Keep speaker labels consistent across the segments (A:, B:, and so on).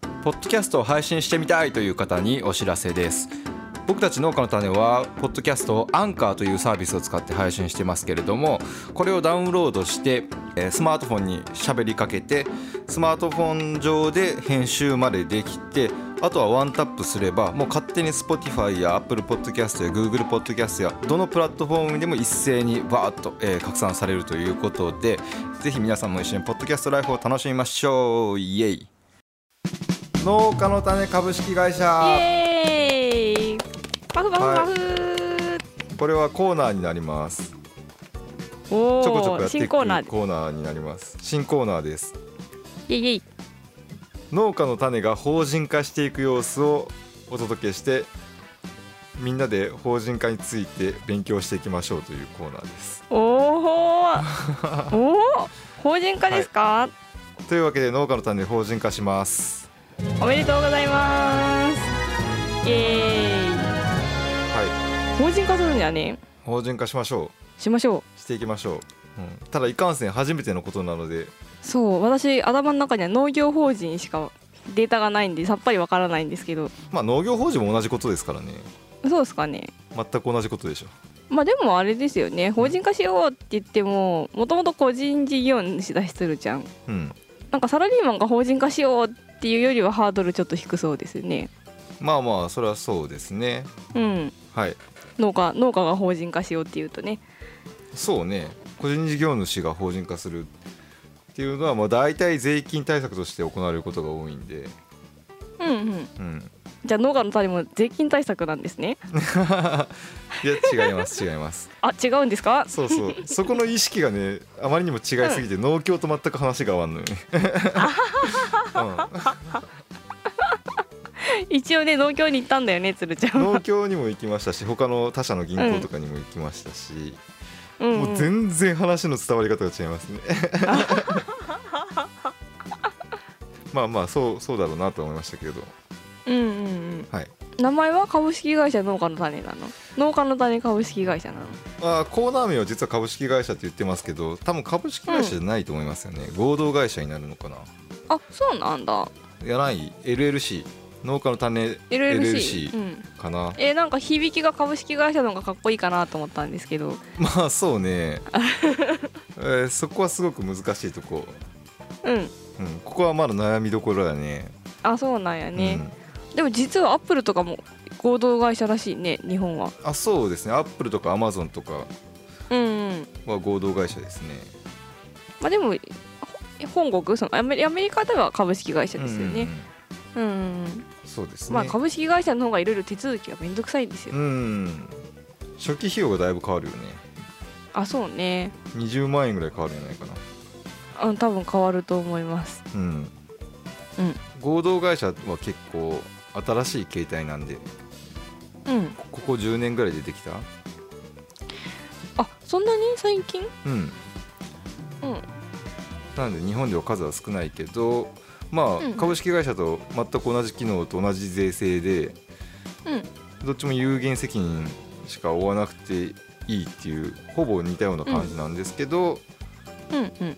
A: ポッドキャストを配信してみたいという方にお知らせです僕たち農家の種はポッドキャストをアンカーというサービスを使って配信してますけれどもこれをダウンロードしてえースマートフォンに喋りかけてスマートフォン上で編集までできてあとはワンタップすればもう勝手に Spotify や Apple Podcast や Google Podcast やどのプラットフォームでも一斉にバーッと、えー拡散されるということでぜひ皆さんも一緒にポッドキャストライフを楽しみましょうイエイ農家の種株式会
B: イ
A: 社
B: エーイパフパフパフ、
A: これはコーナーになりますちょこちょ
B: お
A: こや
B: お
A: ってい
B: 新
A: く
B: コ
A: コー
B: ー
A: ナ
B: ナー
A: ーになります新コーナーです
B: イ エイイエイ
A: 農家の種が法人化していく様子をお届けしてみんなで法人化について勉強していきましょうというコーナーです。
B: おーおお法人化ですか、
A: というわけで農家の種法人化します。
B: おめでとうございますイエー
A: はい、
B: イ法人化するにはね
A: 法人化しましょ
B: しましょう
A: うしていきましょう。うん、ただいかんせん初めてのことなので
B: そう私頭の中には農業法人しかデータがないんでさっぱりわからないんですけど
A: まあ農業法人も同じことですからね
B: そうですかね
A: 全く同じことでしょ
B: まあでもあれですよね法人化しようって言ってももともと個人事業主出しするじゃん
A: う、うん、
B: なんかサラリーマンが法人化しようっていうよりはハードルちょっと低そうですね
A: まあまあそれはそうですね
B: うん
A: はい
B: 農家農家が法人化しようっていうとね
A: そうね個人事業主が法人化するっていうのはまあ大体税金対策として行われることが多いんで、
B: うんうん
A: うん、
B: じゃあ農家の種も税金対策なんですね
A: いや違います違い ます
B: あ違うんですか
A: そうそうそこの意識がねあまりにも違いすぎて農協と全く話が合わんのよ ね、
B: 一応ね農協に行ったんだよね鶴ちゃ
A: うんん、
B: は
A: 農協にも行きましたし他の他社の銀行とかにも行きましたし、
B: うん
A: もう全然話の伝わり方が違います ね まあまあそうそうだろうなと思いましたけれど
B: うんうんうん
A: はい
B: 名前は株式会社農家の種なの農家の種株式会社なの
A: まあコーナー名は実は株式会社って言ってますけど多分株式会社じゃないと思いますよね、合同会社になるのかな
B: あそうなんだ
A: いやない LLC 農家の種
B: LLC, うん、
A: かな
B: えーなんか響きが株式会社の方がかっこいいかなと思ったんですけど
A: まあそう ね、えーそこはすごく難しいとこ、
B: うん
A: うん、ここはまだ悩みどころだね
B: あそうなんやね、でも実はアップルとかも合同会社らしいね日本は
A: うんあそうですねアップルとかアマゾンとか
B: うんうん
A: は合同会社ですね
B: まあでもほ本国そのアメリアメリカでは株式会社ですよ
A: うん
B: ね
A: うんうん
B: うんうんうん
A: そうですね、
B: まあ株式会社の方がいろいろ手続きがめんどくさいんですよ、
A: うん初期費用がだいぶ変わるよね
B: あそうね
A: 20万円ぐらい変わるんじゃないかな
B: うん多分変わると思います
A: うん
B: うん
A: 合同会社は結構新しい形態なんで
B: うん
A: ここ10年ぐらい出てきた
B: あそんなに最近
A: うん
B: うん
A: なので日本では数は少ないけどま
B: うん
A: あ株式会社と全く同じ機能と同じ税制で
B: うん
A: どっちも有限責任しか負わなくていいっていうほぼ似たような感じなんですけど、
B: うんうん
A: うん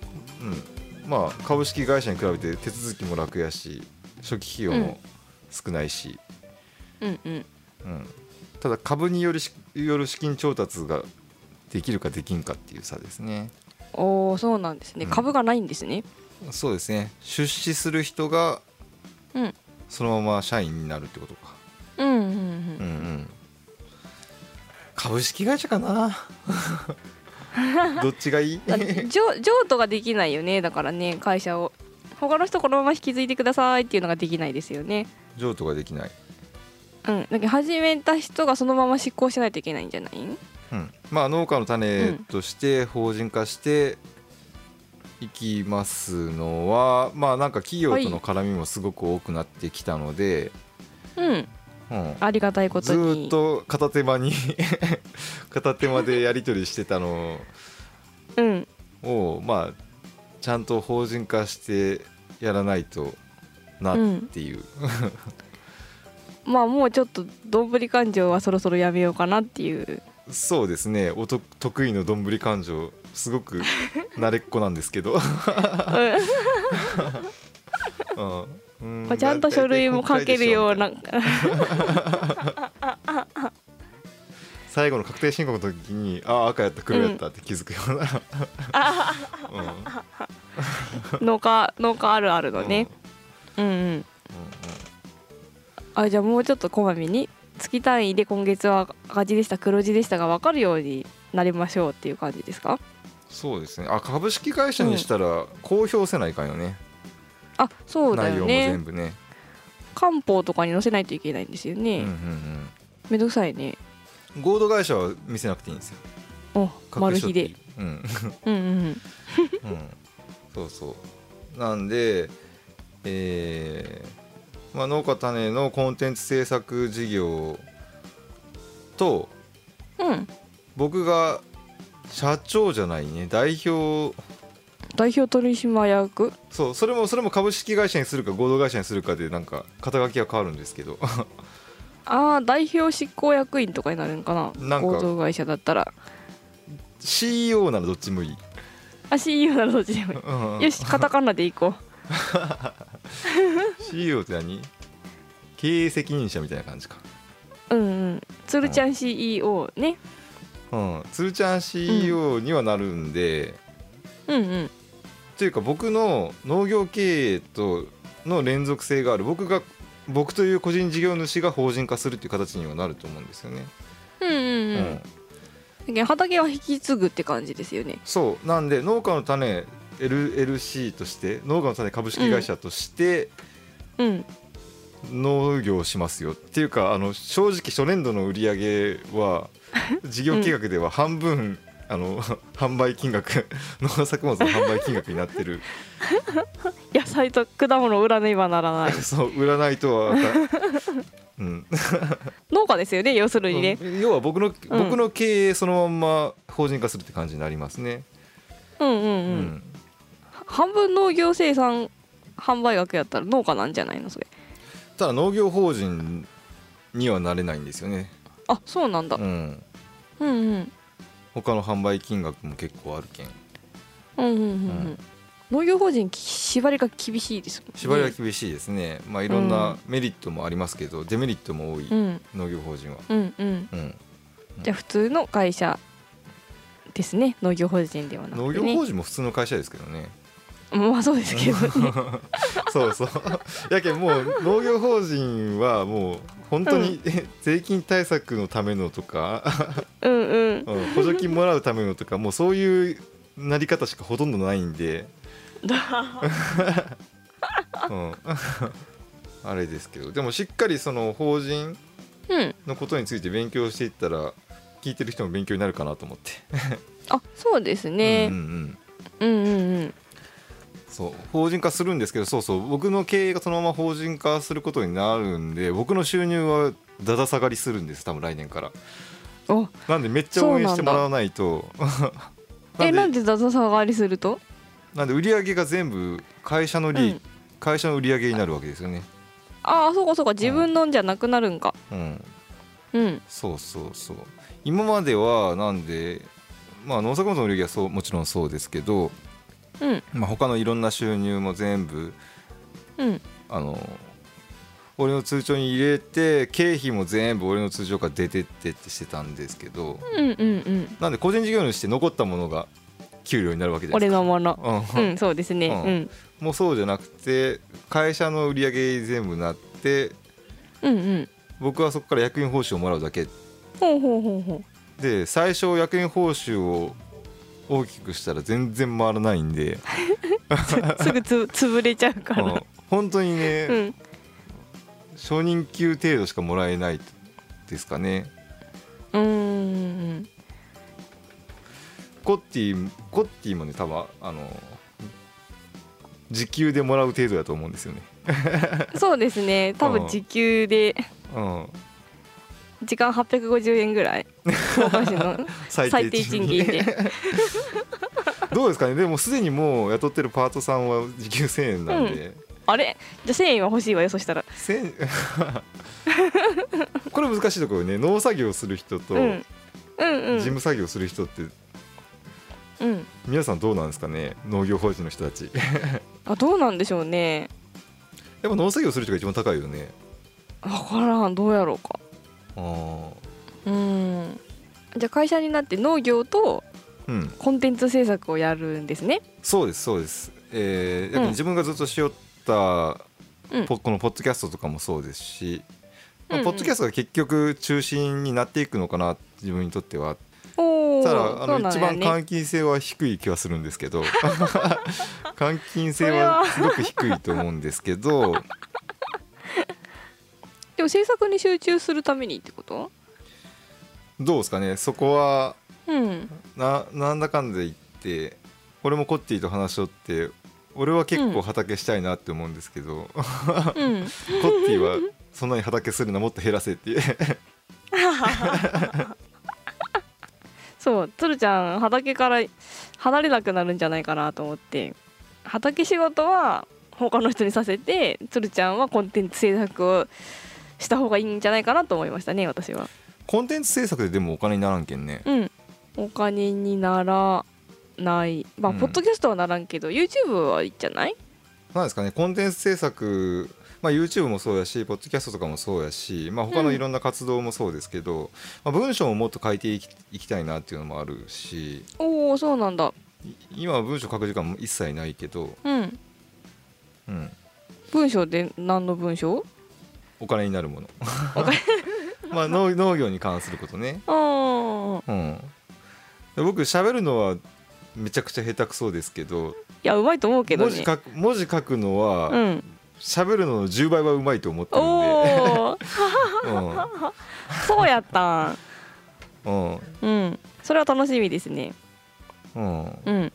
A: まあ株式会社に比べて手続きも楽やし初期費用も少ないし、
B: うんうん
A: うん、ただ株によるしよる資金調達ができるかできんかっていう差ですね
B: おおそうなんですね
A: うん
B: 株がないんですね
A: そうですね出資する人が
B: うん
A: そのまま社員になるってことか
B: うんうんうん
A: うんうん株式会社かな どっちが いい
B: だって譲譲渡ができないよねだからね会社を他の人このまま引き継いでくださいっていうのができないですよね
A: 譲渡ができない、
B: うんだけど始めた人がそのまま執行しないといけないんじゃない
A: うん、まあ農家の種として法人化していきますのは、まあなんか企業との絡みもすごく多くなってきたので、
B: うん
A: うん、
B: ありがたいこと
A: ず
B: に
A: ーっと片手間に 片手間でやり取りしてたの
B: うん
A: をまあちゃんと法人化してやらないとなっていう、
B: まあもうちょっとどんぶり勘定はそろそろやめようかなっていう
A: そうですねおと得意のどんぶり勘定すごく 慣れっこなんですけど、うんうん
B: こうちゃんと書類も書けるような
A: 最後の確定申告の時にああ赤やった黒やったって気づくような、うんうん
B: 農家農家あるあるのね、うん、うんあじゃあもうちょっとこまめに月単位で今月は赤字でした黒字でしたが分かるようになりましょうっていう感じですか
A: そうですねあ株式会社にしたら公表せないかんよね、
B: あそうだ
A: 内容
B: よ
A: も
B: ね
A: 全部ね
B: 官報とかに載せないといけないんですよね、
A: うんうん
B: めんどくさいね
A: うん合同会社は見せなくていいんですよ
B: お丸
A: 隠しと
B: ひ
A: ってい
B: で
A: いうん
B: うんうん
A: うん、 そうそうなんで、えーまあ、農家種のコンテンツ制作事業と
B: うんうん
A: 僕が社長じゃないね代表
B: 代表取締役
A: そうそれもそれも株式会社にするか合同会社にするかでなんか肩書きが変わるんですけど
B: ああ代表執行役員とかになるんかな
A: なんか
B: 合同会社だったら
A: CEO ならどっちもいい、
B: あ CEO ならどっちでもい
A: うん
B: いよしカタカナでいこ
A: CEO って何経営責任者みたいな感じか
B: ううんうんつるちゃん CEO ね
A: うんつるちゃん CEO にはなるんで、
B: うんうん
A: というか僕の農業経営との連続性がある僕が僕という個人事業主が法人化するっていう形にはなると思うんですよね。
B: うんうん
A: う
B: うん、だけど畑は引き継ぐって感じですよね
A: そうなんで農家の種 LLC として農家の種株式会社として
B: うん
A: 農業をしますよ、っていうかあの正直初年度の売り上げは事業計画では半分、あの 販売金額 農作物の販売金額になってる
B: 野菜と果物を売らねばな らない
A: そう売らないとはまたうん
B: 農家ですよね要するにね
A: うん要は僕の、僕の経営そのまんま法人化するって感じになりますね。
B: うんうん
A: う
B: うん、半分農業生産販売額やったら農家なんじゃないのそれ
A: ただ農業法人にはなれないんですよね。
B: あそうなんだ
A: うん、
B: うんうん
A: 他の販売金額も結構あるけん。
B: うんうんうんうん、
A: うん
B: 農業法人き縛りが厳しいですもんね
A: 縛りは厳しいですね。まあいろんなメリットもありますけど、デメリットも多い、
B: うん
A: 農業法人は。
B: うんうん
A: うん、
B: じゃあ普通の会社ですね農業法人ではな
A: 農
B: くて、
A: 業
B: ね、
A: 法人も普通の会社ですけどね。
B: まあそうですけど ね
A: そうそう。 やけんもう農業法人はもう本当に、 税金対策のためのとか
B: うんうん
A: うん補助金もらうためのとかもうそういうなり方しかほとんどないんで、うん、 あれですけどでもしっかりその法人
B: うん
A: のことについて勉強していったら聞いてる人も勉強になるかなと思って、
B: あそうですね
A: うんうんうん
B: うんうんうん
A: そう法人化するんですけどそうそう僕の経営がそのまま法人化することになるんで僕の収入はだだ下がりするんです多分来年から
B: お
A: なんでめっちゃ応援してもらわないと
B: え
A: な
B: なんん
A: で
B: でだだ下がりすると
A: なんで売り上げが全部会社の利益、
B: うん
A: 会社の売り上げになるわけですよね。
B: ああそうかそうか自分のんじゃなくなるんか
A: うん、
B: うん
A: そうそうそう。今まではなんで、まあ農作物の売り上げはそうもちろんそうですけど、
B: うん
A: まあ他のいろんな収入も全部
B: うん
A: あの俺の通帳に入れて経費も全部俺の通帳から出てってってしてたんですけど、
B: うんうんうん
A: なんで個人事業主して残ったものが給料になるわけじゃないで
B: 俺
A: すか。
B: のもの
A: うん
B: うんそうですねうん
A: もうそうじゃなくて会社の売り上げに全部なって
B: うんうん
A: 僕はそこから役員報酬をもらうだけ
B: ほうほうほうほう
A: で最初役員報酬を大きくしたら全然回らないん で
B: すぐ つ潰れちゃうか
A: あ
B: ら
A: の本当にね、
B: うん
A: 初任給程度しかもらえないですかね
B: うーん
A: コッティコッティもね多分あの時給でもらう程度だと思うんですよね、
B: そうですね多
A: うん
B: 分時給で
A: うん、
B: 時間850円ぐらい福岡市の 最低賃金 で
A: どうですかねでもすでにもう雇ってるパートさんは時給1000円なんで、
B: あれじゃあ1000円は欲しいわよそしたら
A: 千 これ難しいところよね農作業する人と
B: う
A: 事
B: んうんうん
A: 務作業する人って、
B: うん
A: 皆さんどうなんですかね農業法人の人たち
B: あどうなんでしょうね
A: やっぱ農作業する人が一番高いよね
B: 分からんどうやろうか
A: あ
B: うんじゃあ会社になって農業と
A: あうん
B: コンテンツ制作をやるんですね
A: そうですそうですえーやっぱ
B: うん
A: り自分がずっとしよった、
B: うん
A: ポこのポッドキャストとかもそうですし、まあ
B: うんうん
A: ポッドキャストが結局中心になっていくのかな自分にとっては
B: おお
A: ただあ
B: そ
A: の、
B: うなん
A: 一
B: や
A: 番
B: ね
A: 換金性は低い気はするんですけ ど換金性
B: それは
A: はすごく低いと思うんですけど
B: でも制作に集中するためにってこと
A: どうですかねそこは
B: うん
A: ななんだかんだ言って俺もコッティと話しとって俺は結構畑したいなって思うんですけど、 コッ
B: うん
A: ティはそんなに畑するのもっと減らせっていう
B: そうつるちゃん畑から離れなくなるんじゃないかなと思って畑仕事は他の人にさせてつるちゃんはコンテンツ制作をした方がいいんじゃないかなと思いましたね私は
A: コンテンツ制作ででもお金にならんけんね
B: うんお金にならないまあ、
A: うん
B: ポッドキャストはならんけど YouTube はいいんじゃない
A: なんですかねコンテンツ制作、まあ、YouTube もそうやしポッドキャストとかもそうやし、まあ、他のいろんな活動もそうですけど、まあ、文章ももっと書いていきいきたいなっていうのもあるし
B: おおそうなんだ
A: い今は文章書く時間も一切ないけど、
B: うん
A: うん、
B: 文章で何の文章
A: お金になるもの まあ農農業に関することね、
B: ああ
A: うん、で僕喋るのはめちゃくちゃ下手くそですけど
B: いやうまいと思うけど
A: 文
B: ね
A: 字書く文字書くの
B: う
A: は
B: ん
A: 喋、るのの10倍はうまいと思ってるんで、
B: おお
A: うん
B: そうやった ん
A: うん
B: うんそれは楽しみですね
A: うん、
B: うん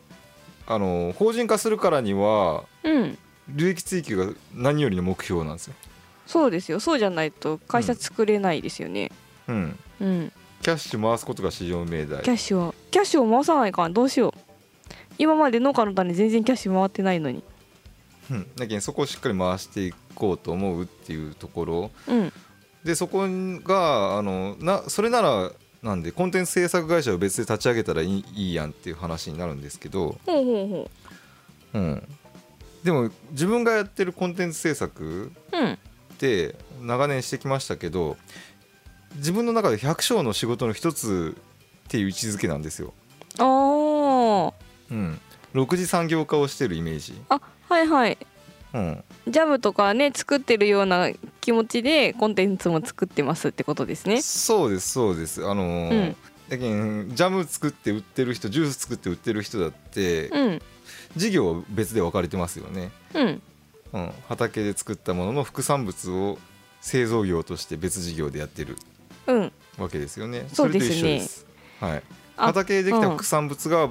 A: あの法人化するからには
B: うん
A: 利益追求が何よりの目標なんですよ、
B: そうですよそうじゃないと会社作れないですよね
A: うん、
B: うん、
A: キャッシュ回すことが市場命題
B: キャッシュはキャッシュを回さないかんどうしよう今まで農家の種全然キャッシュ回ってないのに
A: うん、だけどそこをしっかり回していこうと思うっていうところ
B: うん
A: でそこがあのなそれならなんでコンテンツ制作会社を別で立ち上げたらいいいいやんっていう話になるんですけど、
B: ほうほうほ
A: うん、でも自分がやってるコンテンツ制作
B: ううん
A: って長年してきましたけど自分の中で百姓の仕事の一つっていう位置づけなんですよ。
B: あ
A: うん、6次産業化をしてるイメージ、
B: ああはいはい
A: うん、
B: ジャムとかね作ってるような気持ちでコンテンツも作ってますってことですね
A: そうですそうですあのー
B: うん
A: だけんジャム作って売ってる人ジュース作って売ってる人だって
B: うん
A: 事業は別で分かれてますよね、
B: うん
A: うん、畑で作ったものの副産物を製造業として別事業でやってる
B: うん
A: わけですよね
B: そうですね
A: れと一緒です、はい、
B: あ
A: 畑でできた
B: うん
A: 副産物が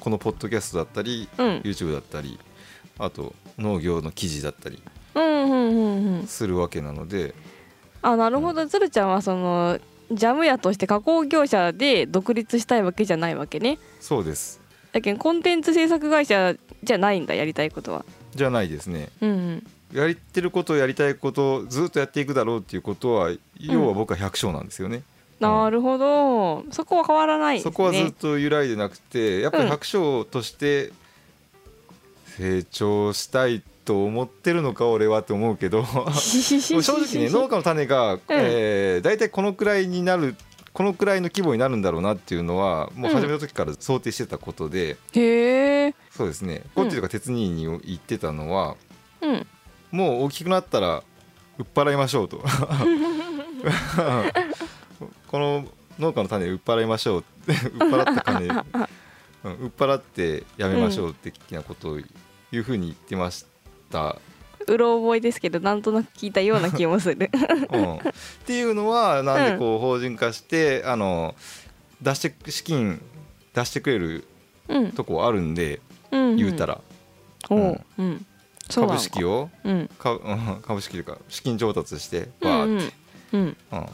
A: このポッドキャストだったり
B: うん
A: YouTube だったりあと農業の記事だったり
B: うんうんうんうん
A: するわけなので
B: あなるほど鶴ちゃんはそのジャム屋として加工業者で独立したいわけじゃないわけね
A: そうです
B: だけどコンテンツ制作会社じゃないんだやりたいことは
A: じゃないですね
B: うん
A: やってることやりたいことずっとやっていくだろうっていうことは要は僕は百姓なんですよね、
B: なるほどそこは変わらないですね
A: そこはず っと揺らいでなくてやっぱり百姓として成長したいと思ってるのか俺はと思うけ ど正直ね農家の種が、えー大体このくらいになるこのくらいの規模になるんだろうなっていうのはもう始めた時から想定してたことで、
B: へえ
A: そうですねこっちとか鉄人に言ってたのは、
B: うん
A: もう大きくなったら売っ払いましょう とこの農家の種売っ払いましょう売っ払った種、うん売っ払ってやめましょうって的なことをいうふうに言ってました、
B: うろ覚えですけどなんとなく聞いたような気もする
A: うんっていうのはなんでこう法人化して、あの出して資金出してくれる
B: うん
A: とこあるんで、
B: うん
A: 言うたら
B: おううんそうな
A: 株
B: のか
A: 式を
B: うん
A: かうん株式というか資金調達して
B: うん
A: バーって、
B: うん
A: うん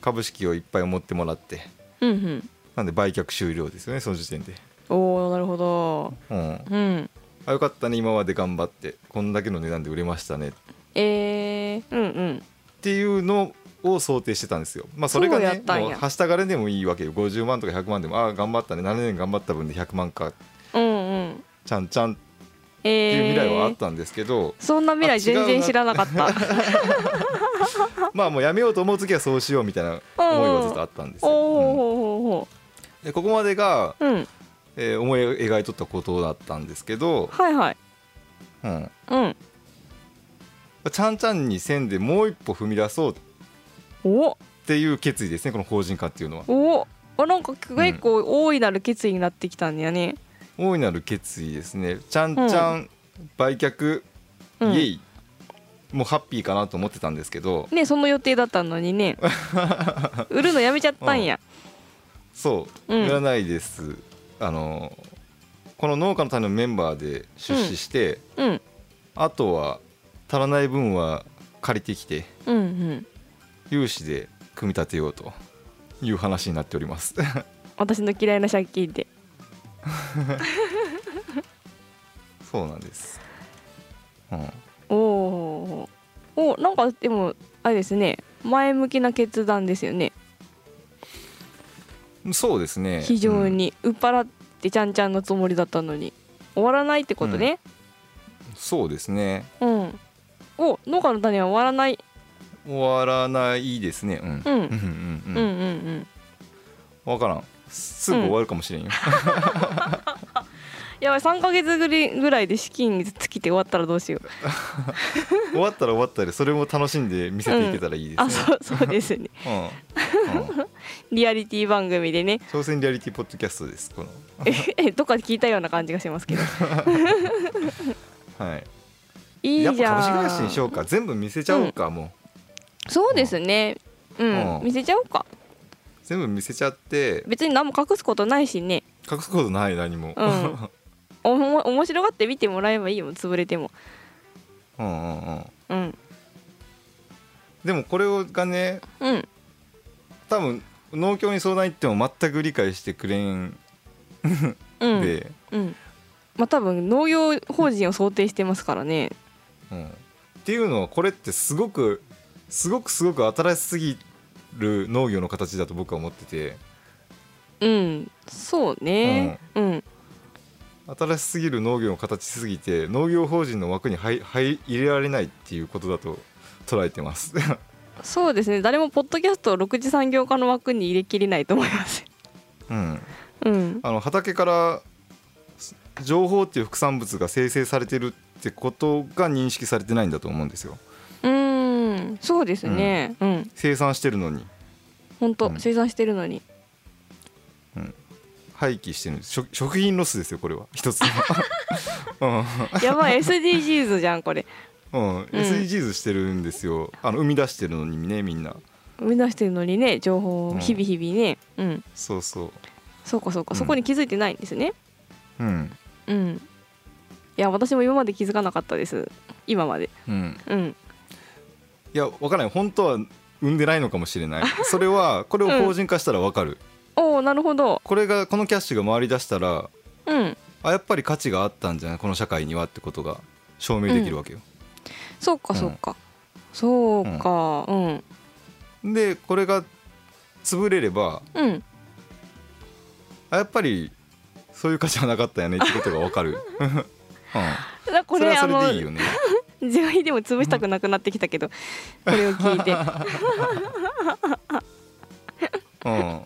A: 株式をいっぱい持ってもらって
B: うんうん
A: なんで売却終了ですよねその時点で、
B: おおなるほど
A: うん、
B: うん
A: あよかったね今まで頑張ってこんだけの値段で売れましたねっ
B: えー、うんうん
A: ていうのを想定してたんですよまあそれが
B: そうや
A: ね
B: ったんや
A: もうはしたがれでもいいわけよ50万とか100万でもああ頑張ったね7年頑張った分で100万か
B: うんうん
A: ちゃんちゃんていう
B: え
A: 未来はあっ
B: ー、
A: たんですけど、
B: そんな未
A: あ
B: 来
A: 違うな
B: 全然知らなかった。
A: まあもうやめようと思う時はそうしようみたいな思いはずっとあったんです
B: おお
A: よ。
B: ほ
A: うんでここまでが、
B: うほうほう。うん。
A: えー思い描いとったことだったんですけど、
B: はいはい。
A: うん、
B: うん。
A: ちゃんちゃんに線でもう一歩踏み出そうっ
B: お
A: ていう決意ですねこの法人化っていうのは。
B: お。あなんか結構大いなる決意になってきたんだよね。
A: 大いなる決意ですねちゃんちゃん、売却イ
B: うん
A: エイ、もうハッピーかなと思ってたんですけど
B: ねその予定だったの にね。売るのやめちゃったんや。
A: そう、
B: うん
A: 売らないですあのこの農家の種のメンバーで出資して、
B: うん
A: あとは足らない分は借りてきて
B: うんうん。
A: 融資で組み立てようという話になっております
B: 私の嫌いな借金で。
A: そうなんです、うん、
B: おお。おなんかでもあれですね。前向きな決断ですよね。
A: そうですね
B: 非常、に売っ払ってちゃんちゃんのつもりだったのに終わらないってことね。
A: うんそうですね
B: うん。お農家の種は終わらない。
A: 終わらないですねうん
B: う
A: う
B: ん
A: んうん
B: うん
A: う
B: うんんうん。
A: 分からんすぐ終わるかもしれんよ、
B: やばい3ヶ月ぐりぐらいで資金尽きて終わったらどうしよう。
A: 終わったら終わったでそれも楽しんで見せていけたらいいです
B: あ
A: ね、
B: そうそうで すね。
A: うんうん
B: リアリティ番組で ね。
A: 挑戦リアリティポッドキャストですこの
B: えどっかで聞いたような感じがしますけど。
A: はい
B: い
A: や
B: い
A: っ
B: じ
A: ぱ
B: ゃん。
A: 株式会社にしようか全部見せちゃおうか、もう
B: そうですね。うん、
A: うん
B: 見せちゃおうか。
A: 全部見せちゃって
B: 別に何も隠すことないしね。
A: 隠すことない何も、
B: うんおも面白がって見てもらえばいいもん潰れても。
A: うんうんうん
B: うん
A: でもこれがね
B: うん
A: 多分農協に相談行っても全く理解してくれん
B: うん。
A: で、
B: うん。まあ多分農業法人を想定してますからね。
A: うんっていうのはこれってすごくすごくすごく新しすぎる農業の形だと僕は思ってて
B: うん。そうね。うん。
A: 新しすぎる農業の形すぎて農業法人の枠に入入入れられないっていうことだと捉えてます
B: そうですね。誰もポッドキャストを6次産業化の枠に入れきれないと思います。
A: うん
B: うん。
A: あの畑からす情報っていう副産物が生成されてるってことが認識されてないんだと思うんですよ
B: うーん。そうですね。うん。
A: 生産してるのに
B: 本当、
A: うん
B: 生産してる のに。
A: 廃棄してるんです食食品ロスですよこれは一つの、
B: やばい SDGs じゃんこれ。
A: うんうん、SDGs してるんですよあの生み出してるのにねみんな
B: 生み出してるのにね情報
A: う
B: を
A: ん
B: 日々日々ね。うん。
A: そうそ
B: そうかそうか、
A: うん
B: そこに気づいてないんですね。
A: ううん
B: うん。いや私も今まで気づかなかったです。今まで。
A: うん
B: うん。
A: いやわからない本当は産んでないのかもしれ ないそれはこれを法人化したらわかる、
B: おおなるほど。
A: これがこのキャッシュが回り出したら
B: うん。
A: あやっぱり価値があったんじゃないこの社会にはってことが証明できるわけよ、
B: そうかそうか。そうか。うん。
A: でこれが潰れれば
B: うん。
A: あやっぱりそういう価値はなかったよねってことがわ かる、うん、
B: だからこ
A: それ
B: れ
A: はそ
B: あ
A: れ
B: の
A: でいいよね
B: 自費でも潰したくなくなってきたけど、これを聞 いて。
A: うん
B: うん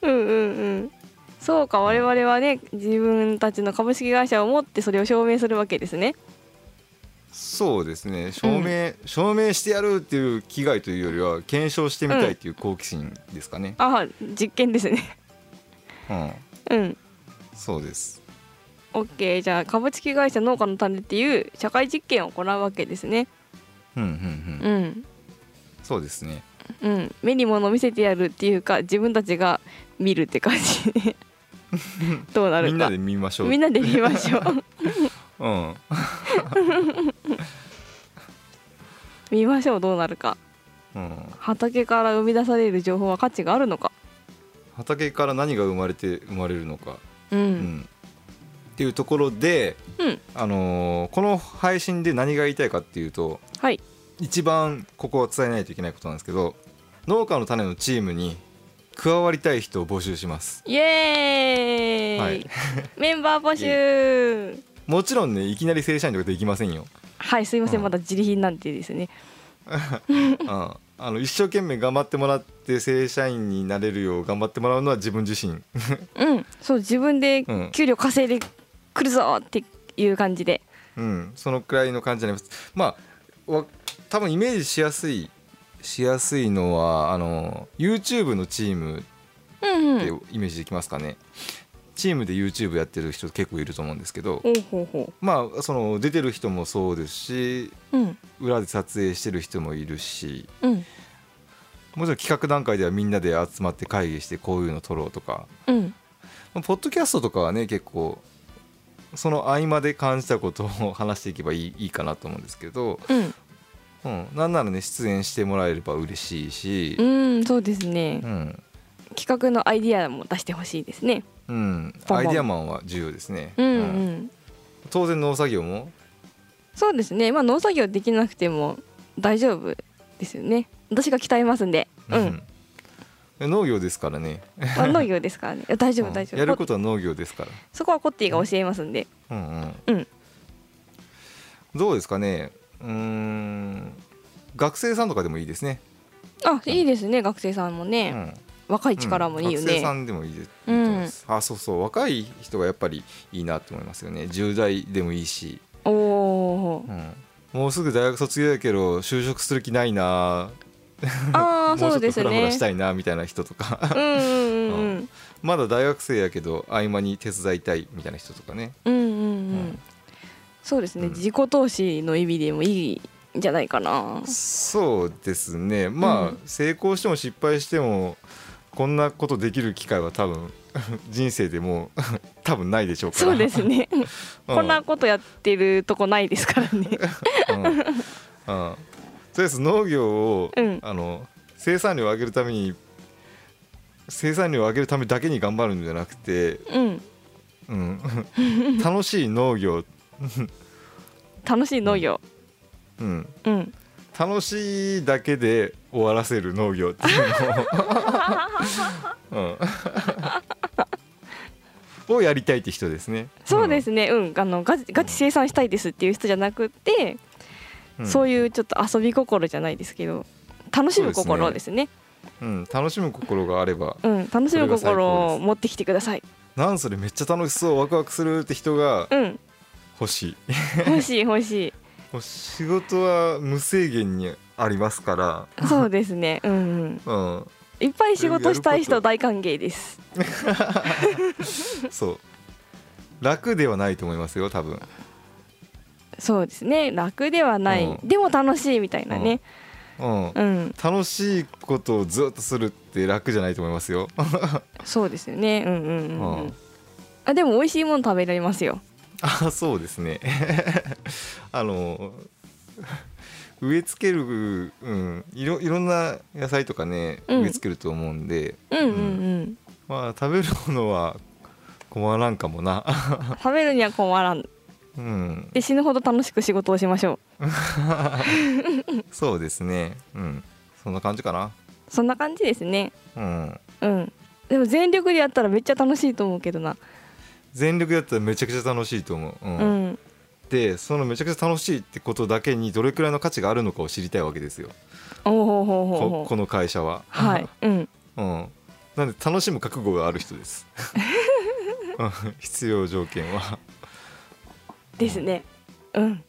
B: うんうん。そうか我々はね自分たちの株式会社を持ってそれを証明するわけですね。
A: そうですね証明、証明してやるっていう気概というよりは検証してみたいっていう好奇心ですかね、
B: あはい実験ですね。
A: うん、
B: うん。
A: そうです
B: オッケーじゃあ株式会社農家の種っていう社会実験を行うわけですね。
A: うんうんうん、
B: うん
A: そうですね
B: うん目に物を見せてやるっていうか自分たちが見るって感じ でどうな
A: み
B: る
A: んな
B: か
A: で見ましょう
B: みんなで見ましょう
A: うん
B: 見ましょうどうなるか
A: うん、
B: 畑から生み出される情報は価値があるのか。
A: 畑から何が生まれて生まれるのか、
B: う
A: うん
B: ん
A: っていうところで、
B: うん
A: あのーこの配信で何が言いたいかっていうと
B: はい
A: 一番ここは伝えないといけないことなんですけど農家の種のチームに加わりたい人を募集します。
B: イエーイ、
A: はい
B: メンバー募集
A: もちろんねいきなり正社員とかできませ んよ、
B: はいすいませ
A: う
B: ん、
A: ん
B: まだ自利品なんてですね
A: うん、あの一生懸命頑張ってもらって正社員になれるよう頑張ってもらうのは自分自身
B: うんそう自分で
A: うん
B: 給料稼いでくるぞっていう感じで、
A: うんそのくらいの感じになりますまあわ多分イメージしやすいしやすいのはあの YouTube のチーム
B: うんう
A: って
B: ん
A: イメージできますかね、チームで YouTube やってる人結構いると思うんですけど
B: ほうほうほ
A: まあその出てる人もそうですし
B: ううん
A: 裏で撮影してる人もいるし
B: うん
A: もちろん企画段階ではみんなで集まって会議してこういうの撮ろうとか
B: うん
A: まあポッドキャストとかはね結構その合間で感じたことを話していけばいいいいかなと思うんですけど、
B: うん
A: うん、なんならね出演してもらえれば嬉しいし、
B: うんそうですね
A: うん
B: 企画のアイディアも出してほしいですね
A: うん、
B: ポンポン
A: アイデアマンは重要ですね、
B: うんう
A: うん
B: ん
A: 当然農作業も
B: そうですねまあ農作業できなくても大丈夫ですよね私が鍛えますんでう
A: うん
B: ん、
A: 農業ですからね
B: まあ農業ですからねいや大丈
A: う
B: 夫
A: ん
B: 大丈夫
A: やる
B: こ
A: ことは農業ですから
B: そこはコッティが教えますんで
A: うん
B: う
A: うんんどうですかねうーん学生さんとかでもいいですね、
B: あいいですね学生さんも
A: う
B: ね、
A: ん、
B: 若い力もいいよ
A: うん学生さ
B: ね、
A: んでもいいです、いいと思いますあそうそう若い人がやっぱりいいなと思いますよね10代でもいいし、
B: おおー
A: うんもうすぐ大学卒業やけど就職する気ないな
B: あ
A: も
B: あ
A: うちょ
B: そ
A: っ
B: うで
A: と
B: す
A: フラフラ
B: ね
A: したいなみたいな人とか
B: うんうんうんうん
A: まだ大学生やけど合間に手伝いたいみたいな人とかね、
B: うんうんう
A: うんん
B: そうですね、
A: うん
B: 自己投資の意味でもいいんじゃないかな
A: そうですねまあ、
B: うん
A: 成功しても失敗してもこんなことできる機会は多分 人生でもう 多分ないでしょうから
B: そうで、すね、
A: う
B: こんなことやってるとこないですから ね
A: うんうん、とりあえず農業を、
B: うん
A: あの生産量を上げるために生産量を上げるためだけに頑張るんじゃなくて、
B: うん
A: うん 楽しい農業、
B: 楽しい農業
A: うん、
B: うん
A: 楽しいだけで終わらせる農業っていう のを、うん、をやりたいって人ですね。
B: そうですねうん、あのガチガチ生産したいですっていう人じゃなくて、
A: うん、
B: そういうちょっと遊び心じゃないですけど楽しむ心ですね
A: うん、楽しむ心があれば
B: うん楽しむ
A: それが最高
B: 心
A: で
B: を
A: す
B: 持ってきてください
A: なんそれめっちゃ楽しそうワクワクするって人が
B: うん
A: 欲しい。
B: 欲しい欲し
A: もう仕事は無制限にありますか
B: いそうですねうん、うん、
A: ら、うん、
B: いっぱい仕事したい
A: や
B: 人
A: ること
B: 大歓迎です
A: そう楽ではないと思いますよ多分、
B: そうですね楽ではない、
A: うん
B: でも楽しいみたいなね
A: うん、
B: うん
A: 楽しいことをずっとするって楽じゃないと思いますよ、
B: そうですよねうんうん
A: う
B: うん、うん
A: ん、
B: あでも美味しいもの食べられますよ
A: あそうですね あの植え付ける、うん、いろいろんな野菜とかね
B: うん
A: 植え付けると思うんで、
B: うんうんうん、
A: まあ食べるものは困らんかもな、
B: 食べるには困らん
A: うん、
B: で死ぬほど楽しく仕事をしましょう
A: そうですねうんそんな感じかな
B: そんな感じですね
A: うん
B: うんでも全力でやったらめっちゃ楽しいと思うけどな
A: 全力だったらめちゃくちゃ楽しいと思う、うん
B: うん
A: でそのめちゃくちゃ楽しいってことだけにどれくらいの価値があるのかを知りたいわけですよ
B: おおほうほうほう
A: こ
B: ほう
A: この会社は
B: はい、うん、
A: うん、なんで楽しむ覚悟がある人です うん必要条件は、
B: ですねうん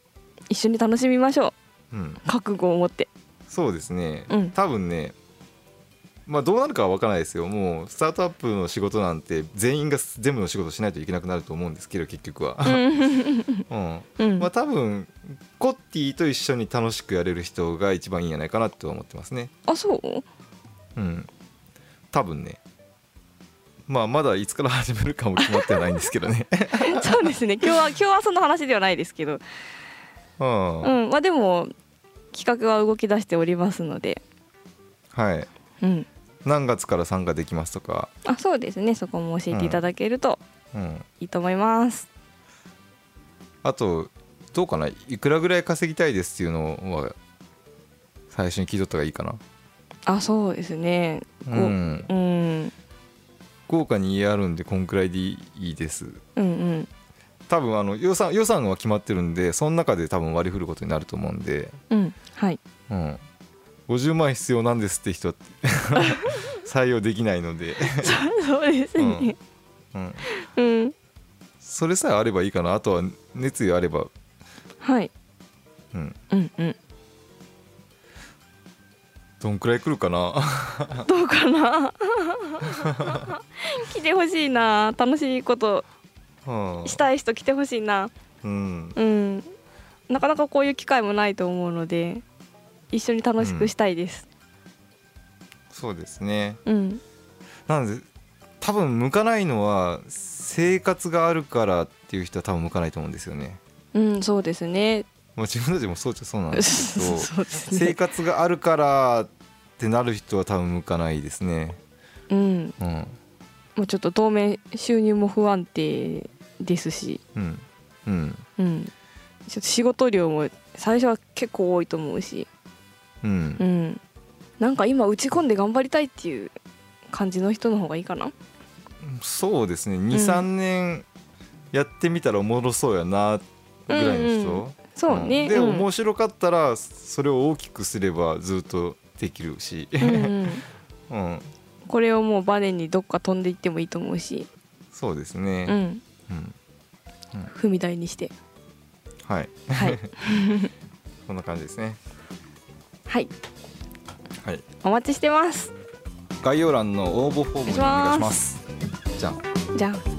B: 一緒に楽しみましょ
A: うん、
B: う覚悟を持って
A: そうですね、
B: うん
A: 多分ねまあどうなるかは分からないですよもうスタートアップの仕事なんて全員が全部の仕事しないといけなくなると思うんですけど結局は、 うん
B: うん、
A: まあ多分コッティと一緒に楽しくやれる人が一番いいんじゃないかなとは思ってますね
B: あそう
A: うん多分ねまあまだいつから始めるかも決まってはないんですけどね
B: そうですね今日は今日はその話ではないですけど
A: うん、
B: うんまあでも企画は動き出しておりますので
A: はい
B: うん
A: 何月から参加できますとか、
B: あそうですねそこも教えていただけると
A: うん、
B: いいと思います、
A: あとどうかないくらぐらい稼ぎたいですっていうのは最初に聞いとった方がいいかな
B: あそうですね
A: う
B: ご
A: ん
B: うん
A: 豪華に家あるんでこんくらいでいいです
B: うんうん
A: 多分あの予算予算は決まってるんでその中で多分割り振ることになると思うんで、
B: うんはい
A: うん、50万円必要なんですって人って採用できないので、
B: そうですね
A: うん、
B: うん、
A: それさえあればいいかなあとは熱意あれば、
B: はい
A: うん、
B: うんうん
A: どんくらい来るかな
B: どうかな 来てほしいな楽しいこと
A: うん
B: したい人来てほしいな
A: うん
B: うんなかなかこういう機会もないと思うので一緒に楽しくしたいです
A: そうですね
B: うん
A: なので多分向かないのは生活があるからっていう人は多分向かないと思うんですよね。
B: うん、そうですね
A: まあ、自分たちもそうっちゃそうなんですけど
B: そうです
A: 生
B: ね
A: 活があるからってなる人は多分向かないですね。
B: うん
A: うん
B: もうちょっと当面収入も不安定ですし
A: うんうん
B: うんちょっと仕事量も最初は結構多いと思うし
A: うん
B: う、んなんか今打ち込んで頑張りたいっていう感じの人の方がいいかな
A: そうですね23、年やってみたらおもろそうやなぐらいの人、
B: うんそうね、
A: んで、
B: うん
A: 面白かったらそれを大きくすればずっとできるし、
B: うんうん
A: うん、
B: これをもうバネにどっか飛んでいってもいいと思うし、
A: そうです
B: う
A: ね、
B: ん、
A: うん
B: 踏み台にして
A: はい
B: はい、
A: こんな感じですね
B: はい、
A: はい
B: お待ちしてます
A: 概要欄の応募フォームにお願いしますじゃあ
B: じゃあ